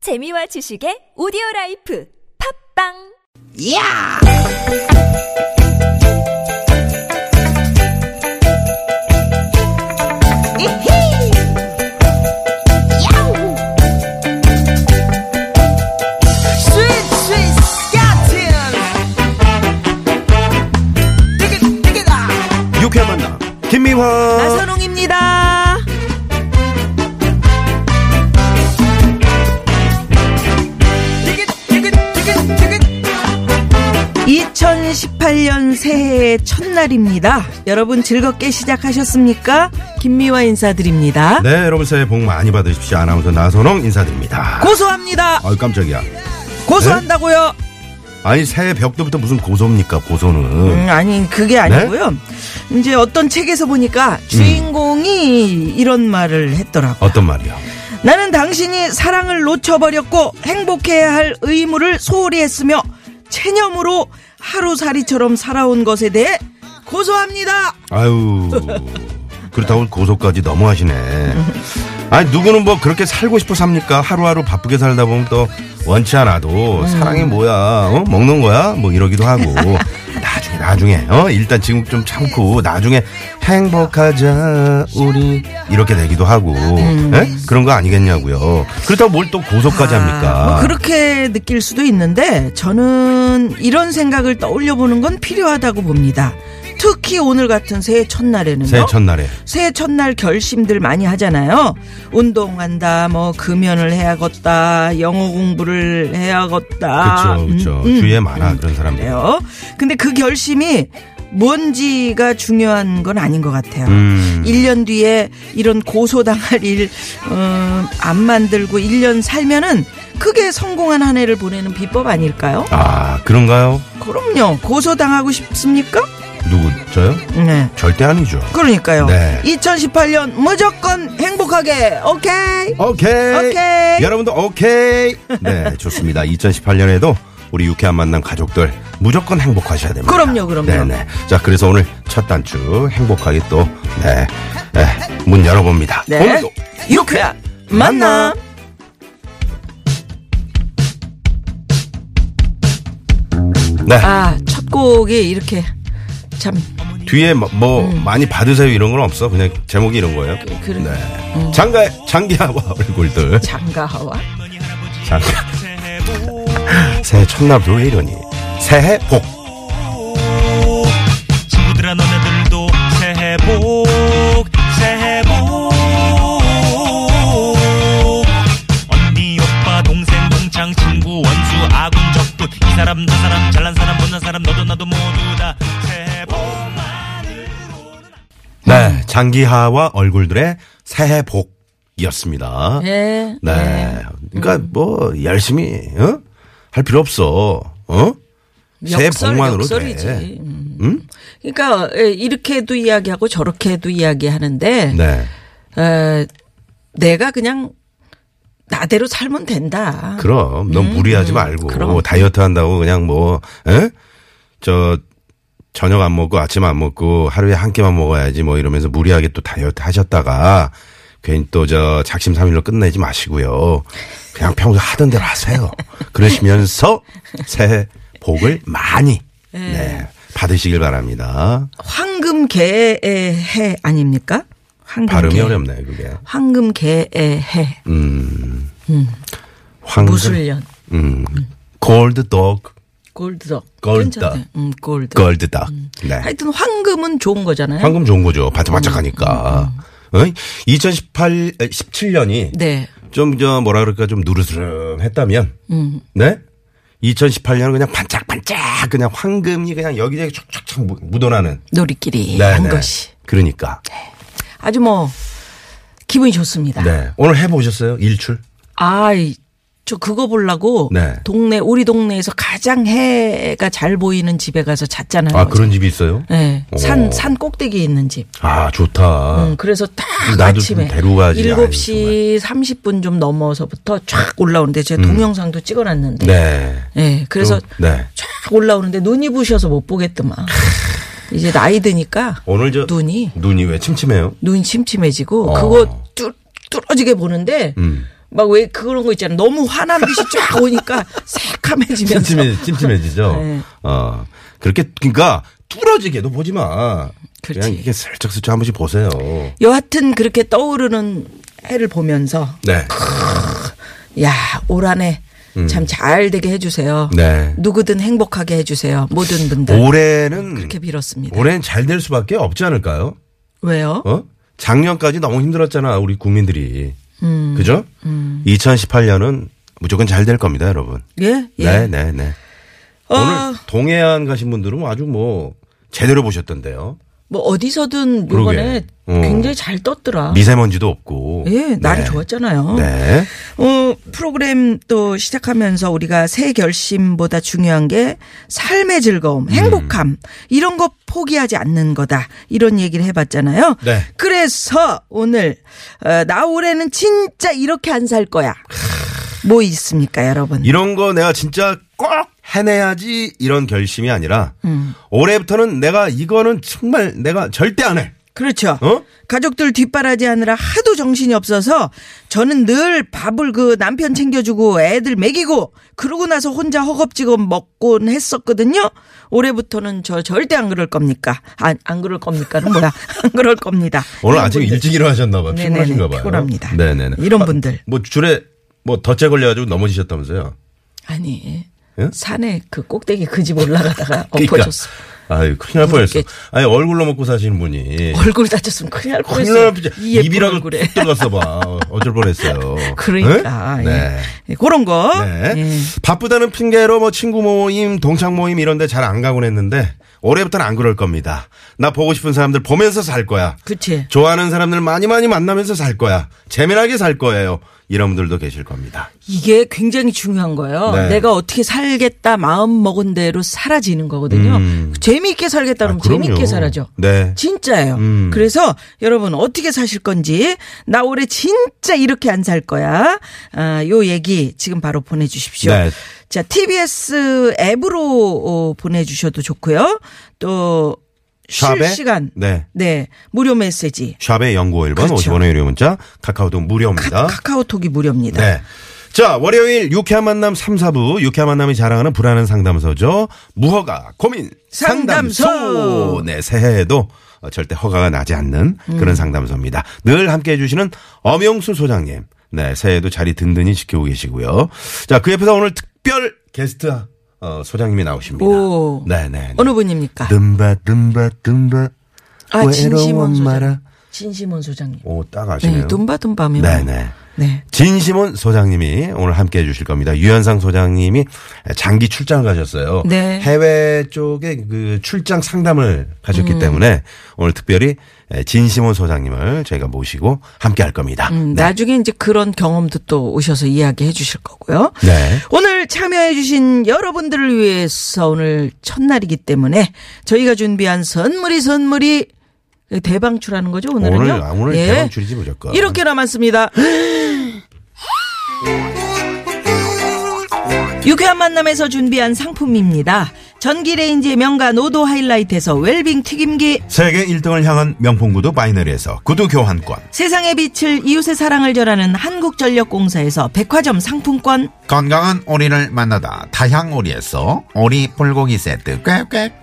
재미와 지식의 오디오 라이프 팝빵 야! 이히! 야우! 스윗, 스윗, 스캇틴! 띠깃, 띠깃아! 유쾌한 만남 김미화 나선홍입니다. 띠깃, 띠깃, 띠깃, 띠깃! 2018년 새해의 첫날입니다. 여러분 즐겁게 시작하셨습니까? 김미화 인사드립니다. 네 여러분 새해 복 많이 받으십시오 아나운서 나선홍 인사드립니다 고소합니다. 아유 네? 깜짝이야 고소한다고요? 아니 새해 벽도부터 무슨 고소입니까 고소는 음, 아니 네? 그게 아니고요. 이제 어떤 책에서 보니까 음. 주인공이 이런 말을 했더라고. 요 어떤 말이요 나는 당신이 사랑을 놓쳐버렸고 행복해야 할 의무를 소홀히 했으며 체념으로 하루살이처럼 살아온 것에 대해 고소합니다. 아유 그렇다고 고소까지 너무 하시네 아니 누구는 뭐 그렇게 살고 싶어 삽니까 하루하루 바쁘게 살다 보면 또 원치 않아도 음. 사랑이 뭐야 어? 먹는 거야 뭐 이러기도 하고 나중에 나중에 어 일단 지금 좀 참고 나중에 행복하자 우리 이렇게 되기도 하고 예? 그런 거 아니겠냐고요 그렇다고 뭘 또 고소까지 음. 아, 뭐 합니까 그렇게 느낄 수도 있는데 저는 이런 생각을 떠올려 보는 건 필요하다고 봅니다. 특히 오늘 같은 새해 첫날에는요. 새해 첫날에 새해 첫날 결심들 많이 하잖아요. 운동한다, 뭐 금연을 해야겠다, 영어 공부를 해야겠다. 그렇죠 그렇죠 음, 네. 음. 주위에 많아 그런 사람들 그래요. 근데 그 결심이 뭔지가 중요한 건 아닌 것 같아요. 음. 1년 뒤에 이런 고소당할 일, 어, 안 만들고 1년 살면은 크게 성공한 한 해를 보내는 비법 아닐까요? 아 그런가요 그럼요. 고소당하고 싶습니까? 누구 저요 네. 절대 아니죠. 그러니까요. 네. 2018년 무조건 행복하게, 오케이? 오케이. 오케이. 여러분도 오케이. 네, 좋습니다. 2018년에도 우리 유쾌한 만남 가족들 무조건 행복하셔야 됩니다. 그럼요, 그럼요. 네네. 자, 그래서 오늘 첫 단추 행복하게 또, 네, 네, 문 열어봅니다. 네. 오늘도 유쾌한 만남. 만남. 네. 아, 첫 곡이 이렇게 참 뒤에 뭐, 뭐 많이 받으세요 이런 건 없어. 그냥 제목이 이런 거예요. 음. 그런 그러니까. 음. 네. 장가, 장기하와 얼굴들. 장가하와 장가. 새해 첫날도 왜 이러니? 새해 복. 친구들아 너네들도 새해 복 새해 복 언니 오빠 동생 동창 친구 원수 아군 적군 이 사람 저 사람 잘난 사람 못난 사람 너도 나도 모두 다 새해 복 네, 음. 장기하와 얼굴들의 새해 복이었습니다. 예. 네, 그러니까 음. 뭐 열심히 어? 할 필요 없어. 어? 새해 복만으로 역설이지. 돼. 음. 응? 그러니까 예, 이렇게도 이야기하고 저렇게도 이야기하는데 네, 에, 내가 그냥 나대로 살면 된다. 그럼 너무 무리하지 말고 음, 그럼. 다이어트 한다고 그냥 뭐, 에? 저 저녁 안 먹고 아침 안 먹고 하루에 한 끼만 먹어야지 뭐 이러면서 무리하게 또 다이어트 하셨다가 괜히 또 저 작심삼일로 끝내지 마시고요. 그냥 평소 하던 대로 하세요. 그러시면서 새해 복을 많이 네, 받으시길 바랍니다. 황금개의 해 아닙니까? 황금개. 발음이 어렵네요, 그게. 황금개의 해. 음. 황금. 무술년. 음. 골드 독, 골드덕. 골드덕. 괜찮네. 음, 골드. 골드 덕. 네. 음. 하여튼 음. 황금은 좋은 거잖아요. 황금 좋은 거죠. 반짝반짝하니까. 어? 2018, 17년이 음. 네. 좀, 저, 뭐라 그럴까, 좀 누르스름 했다면, 음. 네? 2018년은 그냥 반짝반짝, 그냥 황금이 그냥 여기저기 촉촉촉 묻- 묻어나는. 놀이끼리 네, 한 네. 것이 네. 그러니까. 아주 뭐 기분이 좋습니다. 네. 오늘 해보셨어요? 일출? 네, 아이, 저 그거 보려고 네. 동네 우리 동네에서 가장 해가 잘 보이는 집에 가서 잤잖아요. 아, 그런 집이 있어요? 네. 오. 산, 산 꼭대기에 있는 집. 아, 좋다. 음, 그래서 딱 나도 아침에 좀 데려가지. 아유, 7시 30분 좀 넘어서부터 쫙 올라오는데 제가 동영상도 찍어놨는데. 음. 네. 예, 그래서 좀, 네. 쫙 올라오는데 눈이 부셔서 못 보겠더만. 이제 나이 드니까 오늘 저. 눈이 눈이 왜 침침해요? 눈 침침해지고 어. 음. 그거 뚫, 뚫어지게 보는데 막 왜 그런 거 있잖아. 너무 화난 빛이 쫙 오니까 새카매지면서. 찜찜해, 찜찜해지죠. 네. 어 그렇게 그러니까 뚫어지게도 보지 마. 그렇지. 냥 이게 슬쩍슬쩍 한 번씩 보세요. 여하튼 그렇게 떠오르는 해를 보면서 네. 야 올 한해 참 잘 되게 해주세요. 음. 네. 누구든 행복하게 해주세요. 모든 분들 올해는 그렇게 빌었습니다. 올해는 잘 될 수밖에 없지 않을까요? 왜요? 어? 작년까지 너무 힘들었잖아 우리 국민들이. 음. 그죠? 2018년은 무조건 잘 될 겁니다, 여러분. 예? 예. 네, 네, 네. 어, 오늘 동해안 가신 분들은 아주 뭐 제대로 보셨던데요. 뭐 어디서든 그러게. 이번에 어. 굉장히 잘 떴더라. 미세먼지도 없고. 예, 날이 네. 좋았잖아요. 네. 어, 프로그램 또 시작하면서 우리가 새 결심보다 중요한 게 삶의 즐거움, 행복함, 이런 거 포기하지 않는 거다. 이런 얘기를 해봤잖아요. 네. 그래서 오늘, 어, 나 올해는 진짜 이렇게 안 살 거야. 뭐 있습니까, 여러분? 이런 거 내가 진짜 꼭 해내야지 이런 결심이 아니라 음. 올해부터는 내가 이거는 정말 내가 절대 안 해. 그렇죠. 어? 가족들 뒷바라지 하느라 하도 정신이 없어서 저는 늘 밥을 그 남편 챙겨주고 애들 먹이고 그러고 나서 혼자 허겁지겁 먹곤 했었거든요. 올해부터는 저 절대 안 그럴 겁니까? 안, 안 그럴 겁니까는 뭐야? 안 그럴 겁니다. 오늘 이런 아침 분들. 일찍 일어나셨나 봐요. 네네네, 피곤하신가 봐요. 피곤합니다. 네네네. 이런 분들. 뭐 줄에 뭐 덫에 걸려가지고 넘어지셨다면서요. 아니 예? 산에 그 꼭대기 그 집 올라가다가 그러니까. 엎어졌어. 아유, 큰일 날 뻔했어. 무섭게. 아니, 얼굴로 먹고 사시는 분이. 얼굴 다쳤으면 큰일 날 예. 큰일 뻔했어. 날 뻔했어. 입이라도 뚝 들어갔어 봐. 어쩔 뻔했어요. 그러니까 네? 예. 네. 예, 그런 거. 네. 예. 바쁘다는 핑계로 뭐 친구 모임, 동창 모임 이런 데 잘 안 가곤 했는데 올해부터는 안 그럴 겁니다. 나 보고 싶은 사람들 보면서 살 거야. 그치. 좋아하는 사람들 많이 많이 만나면서 살 거야. 재미나게 살 거예요. 이런 분들도 계실 겁니다. 이게 굉장히 중요한 거예요. 네. 내가 어떻게 살겠다 마음 먹은 대로 사라지는 거거든요. 재미있게 살겠다 그러면 음. 아, 그럼요. 재미있게 살아죠. 네. 진짜예요. 음. 그래서 여러분 어떻게 사실 건지 나 올해 진짜 이렇게 안 살 거야. 아, 요 얘기 지금 바로 보내주십시오. 네. 자 TBS 앱으로 어, 보내주셔도 좋고요. 또 샵에? 실시간 네. 네 무료 메시지 샵의 연구 1번 그렇죠. 50원의 유료 문자 카카오톡 무료입니다. 카카오톡이 무료입니다. 네. 자, 월요일 유쾌한 만남 3, 4부 유쾌한 만남이 자랑하는 불안한 상담소죠. 무허가 고민 상담소. 음. 상담소. 네, 새해에도 절대 허가가 나지 않는 그런 상담소입니다. 늘 함께 해주시는 엄영수 소장님. 네, 새해에도 자리 든든히 지키고 계시고요. 자, 그 옆에서 오늘 특별 게스트 어, 소장님이 나오십니다. 오. 네, 네. 네. 어느 분입니까? 뜸바 뜸바 뜸바 아 진심원 외로운 소장. 마라. 진심원 소장님. 오, 딱 네, 아시네요. 돈바돈바면. 네, 네. 네. 진심원 소장님이 오늘 함께 해주실 겁니다. 유현상 소장님이 장기 출장을 가셨어요. 네. 해외 쪽에 그 출장 상담을 음. 가셨기 때문에 오늘 특별히 진심원 소장님을 저희가 모시고 함께 할 겁니다. 음, 네. 나중에 이제 그런 경험도 또 오셔서 이야기해 주실 거고요. 네. 오늘 참여해 주신 여러분들을 위해서 오늘 첫날이기 때문에 저희가 준비한 선물이 선물이 대방출하는 거죠, 오늘은요? 예. 오늘, 아, 오늘 대방출이지, 무조건. 이렇게 남았습니다. 유쾌한 만남에서 준비한 상품입니다. 전기레인지의 명가 노도 하이라이트에서 웰빙 튀김기 세계 1등을 향한 명품 구두 바이너리에서 구두 교환권, 세상의 빛을 이웃의 사랑을 전하는 한국전력공사에서 백화점 상품권 건강한 오리를 만나다 다향오리에서 오리 불고기 세트 꽥꽥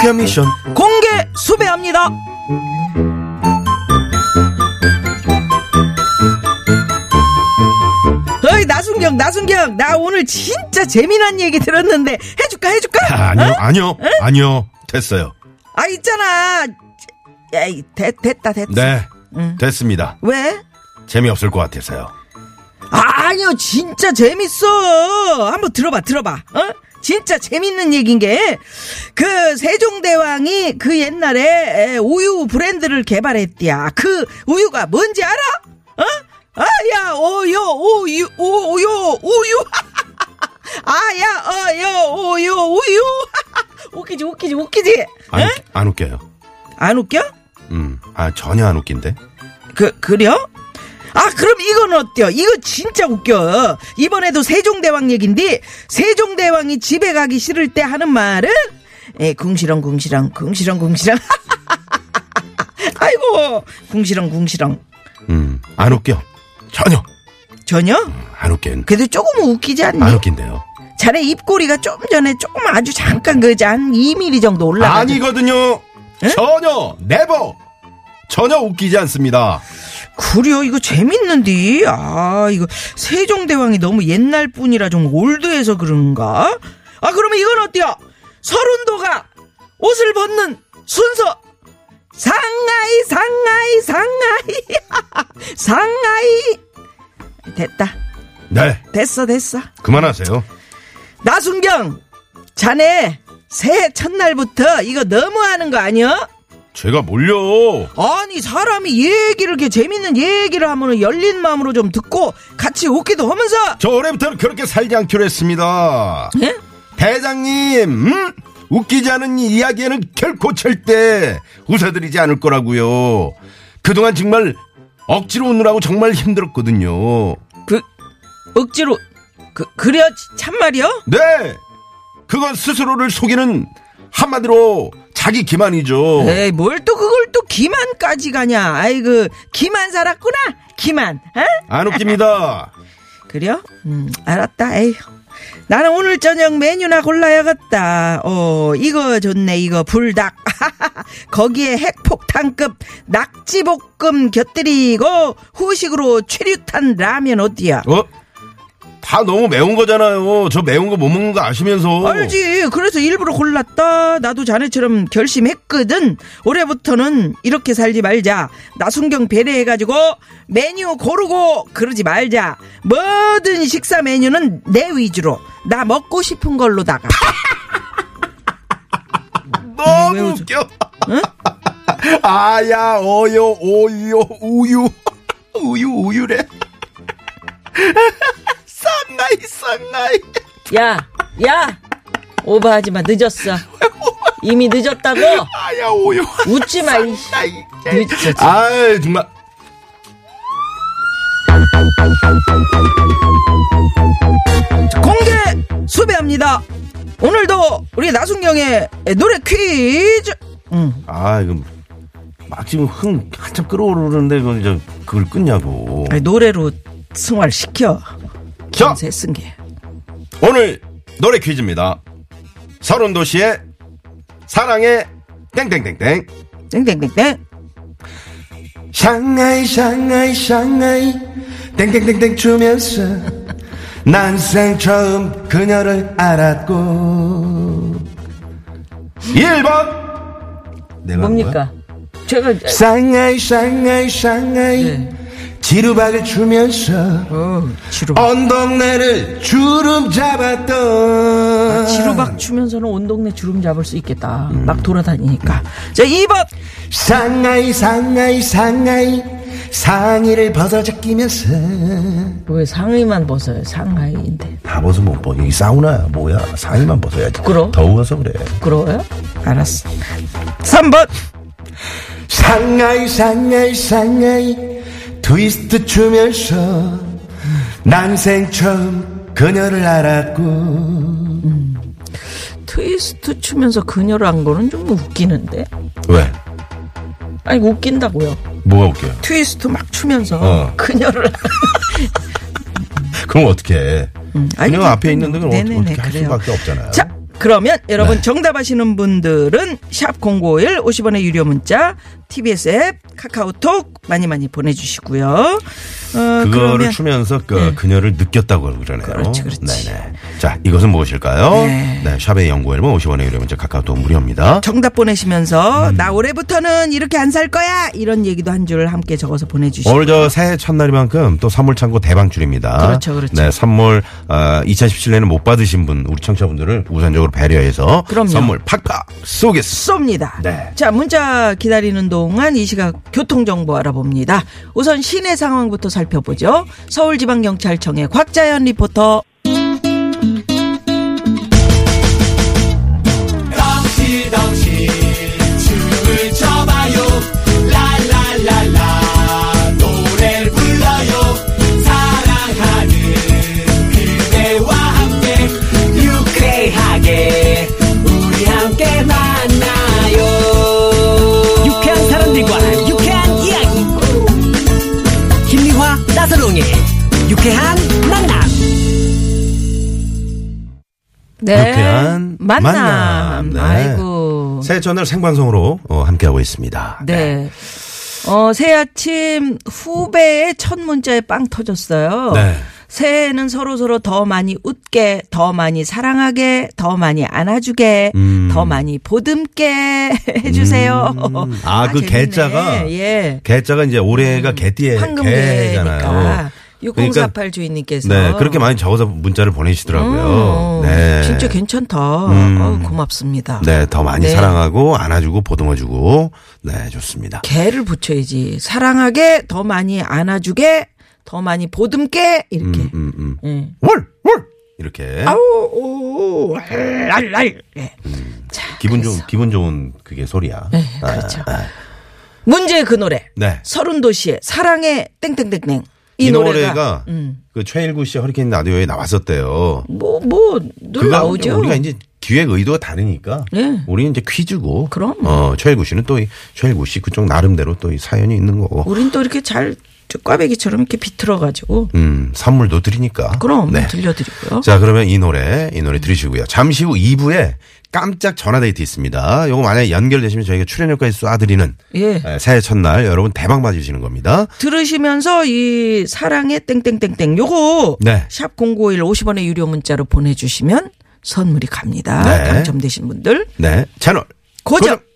커미션. 공개 수배합니다. 어이 나순경 나순경 나 오늘 진짜 재미난 얘기 들었는데 해줄까 해줄까? 아니요, 아니요, 아니요. 됐어요. 아 있잖아. 에이 됐, 됐다 됐다. 네, 됐습니다. 왜? 재미없을 것 같아서요. 아, 아니요 진짜 재밌어 한번 들어봐 들어봐 어? 진짜 재밌는 얘기인 게 그 세종대왕이 그 옛날에 에, 우유 브랜드를 개발했디야 그 우유가 뭔지 알아? 어? 아야 오요 우유 오요 우유 아야 어요 오요 우유 웃기지 웃기지 웃기지 안, 웃- 안 웃겨요. 안 웃겨? 음, 아, 전혀 안 웃긴데. 그, 그려? 아, 그럼 이건 어때요? 이거 진짜 웃겨. 이번에도 세종대왕 얘긴데, 세종대왕이 집에 가기 싫을 때 하는 말은, 에, 궁시렁, 궁시렁, 궁시렁, 궁시렁. 아이고, 궁시렁, 궁시렁. 음, 안 웃겨. 전혀. 전혀? 안 웃긴. 그래도 조금은 웃기지 않니? 안 웃긴데요. 자네 입꼬리가 좀 전에 조금 아주 잠깐 그지 한 2mm 정도 올라가. 아니거든요. 전혀, 네버. 전혀 웃기지 않습니다. 그려 이거 재밌는데 아 이거 세종대왕이 너무 옛날 뿐이라 좀 올드해서 그런가 아 그러면 이건 어때요 서른도가 옷을 벗는 순서 상하이 상하이 상하이 상하이 됐다 네, 됐어 됐어 그만하세요. 나순경 자네 새해 첫날부터 이거 너무하는 거 아니야? 제가 몰려. 아니 사람이 얘기를 이렇게 재밌는 얘기를 하면은 열린 마음으로 좀 듣고 같이 웃기도 하면서 저 올해부터는 그렇게 살지 않기로 했습니다. 예? 대장님, 음? 웃기지 않은 이 이야기에는 결코 절대 웃어드리지 않을 거라고요. 그동안 정말 억지로 웃느라고 정말 힘들었거든요. 그 억지로 그 그려 참말이요? 네, 그건 스스로를 속이는 한마디로 자기 기만이죠. 에이 뭘 또 그걸 또 기만까지 가냐? 아이고 기만 살았구나 기만. 어? 안 웃깁니다. 그려? 음 알았다. 에휴. 나는 오늘 저녁 메뉴나 골라야겠다. 어, 이거 좋네, 이거. 불닭. 거기에 핵폭탄급 낙지볶음 곁들이고, 후식으로 최류탄 라면 어디야? 어? 다 너무 매운 거잖아요. 저 매운 거 못 먹는 거 아시면서. 알지. 그래서 일부러 골랐다. 나도 자네처럼 결심했거든. 올해부터는 이렇게 살지 말자. 나순경 배려해가지고 메뉴 고르고 그러지 말자. 모든 식사 메뉴는 내 위주로. 나 먹고 싶은 걸로다가. 왜 너무 웃어? 웃겨. 아야 어요 오요 우유 우유 우유래. 쌍나이 쌍나이. 야, 야! 오버하지 마. 늦었어. 이미 늦었다고. 아야 오요. 웃지 마. 이 아이. 늦었어. 아 정말. 공개 수배합니다. 오늘도 우리 나순경의 노래 퀴즈. 응. 아 이거 막 지금 흥 한참 끌어오르는데 그건 이제 그걸 끊냐고. 아니, 노래로 승화를 시켜. 자 새쓴 게. 오늘 노래 퀴즈입니다. 서른 도시의 사랑의 땡땡땡땡. 땡땡땡땡. 샹하이 샹하이 샹하이 땡땡땡땡 추면서 난생 처음 그녀를 알았고 1번 내가 한 거야? 뭡니까? 제가 샹하이 샹하이 샹하이 네. 지루박을 추면서 어, 지루박. 언덕내를 주름 잡았던 아, 지루박 추면서는 온 동네 주름 잡을 수 있겠다. 음. 막 돌아다니니까. 자, 2번. 상하이 상하이 상하이 상의를 벗어져 끼면서 왜 상의만 벗어요? 상하이인데. 다 벗어 못 벗어. 이 사우나야 뭐야. 상의만 벗어야지. 부끄러워? 더워서 그래. 부끄러워요? 알았어. 3번. 상하이 상하이 상하이 트위스트 추면서 난생 처음 그녀를 알았고 트위스트 추면서 그녀를 한 거는 좀 웃기는데. 왜? 아니, 웃긴다고요. 뭐가 웃겨요? 트위스트 막 추면서 어. 그녀를. 그럼 어떻게 해? 그녀가 앞에 있는데 그럼 어떻게- 네네네, 어떻게 할 그래요. 수밖에 없잖아요. 자, 그러면 여러분 네. 정답 아시는 분들은 샵0951 50원의 유료 문자 TBS 앱 카카오톡 많이 많이 보내주시고요. 어, 그거를 그러면 음. 추면서 그 그녀를 느꼈다고 그러네요. 그렇지, 그렇지. 네네. 자, 이것은 무엇일까요? 네. 네. 샵의 연구 앨범 50원의 유료 문자 카카오톡 무료입니다. 정답 음. 보내시면서 나 올해부터는 이렇게 안 살 거야 이런 얘기도 한 줄 함께 적어서 보내주시고 오늘 저 새해 첫날이만큼 또 선물창고 대방출입니다. 그렇죠, 그렇죠. 네, 선물, 어, 2017년에 못 받으신 분, 우리 청취자분들을 우선적으로 배려해서. 그럼요. 선물 팍팍 쏘겠어. 쏩니다. 네. 자 문자 기다리는 동안 이 시각 교통 정보 알아봅니다. 우선 시내 상황부터 살펴보죠. 서울지방경찰청의 곽자연 리포터. 유쾌한 사람들과 유쾌한 이야기 김미화 나선홍의 유쾌한 만남 네. 유쾌한 만남. 만남. 네. 아이고. 새해 첫날 생방송으로 어, 함께하고 있습니다. 네. 어, 새해 아침 후배의 첫 문자에 빵 터졌어요. 네. 새해에는 서로서로 더 많이 웃게, 더 많이 사랑하게, 더 많이 안아주게, 음. 더 많이 보듬게 해주세요. 아, 그 재밌네. 개자가? 예. 개자가 이제 음, 올해가 개띠에 개잖아요. 그러니까 황금개니까. 6048 주인님께서. 네, 그렇게 많이 적어서 문자를 보내시더라고요. 어, 네. 음. 진짜 괜찮다. 어우, 고맙습니다. 네, 더 많이 네. 사랑하고 안아주고 보듬어주고 네, 좋습니다. 개를 붙여야지. 사랑하게, 더 많이 안아주게, 더 많이 보듬게, 이렇게. 음, 음. 네. 월, 월 이렇게 오, 오, 알, 알, 알. 예. 자, 음. 기분 좋은 그래서. 기분 좋은 그게 소리야. 네, 그렇죠. 문제의 그 노래. 네. 서른 도시의 사랑의 땡땡땡땡. 이, 이, 노래가, 노래가. 음. 그 최일구 씨 허리케인 라디오에 나왔었대요. 뭐, 뭐, 늘 그거 나오죠. 우리가 이제 기획 의도가 다르니까 네. 우리는 이제 퀴즈고 그럼. 어, 최일구 씨는 또 이 최일구 씨 그쪽 나름대로 또 이 사연이 있는 거고. 우린 또 이렇게 잘, 저 꽈배기처럼 이렇게 비틀어가지고. 음, 선물도 드리니까. 그럼 네. 들려드리고요. 자, 그러면 이 노래, 이 노래 들으시고요. 잠시 후 2부에 깜짝 전화 데이트 있습니다. 요거 만약에 연결되시면 저희가 출연료까지 쏴드리는 예. 에, 새해 첫날 여러분 대박 맞으시는 겁니다. 들으시면서 이 사랑의 땡땡땡땡 요거 네. 샵 0951 50원의 유료 문자로 보내주시면 선물이 갑니다. 네. 당첨되신 분들 네. 채널. 고정.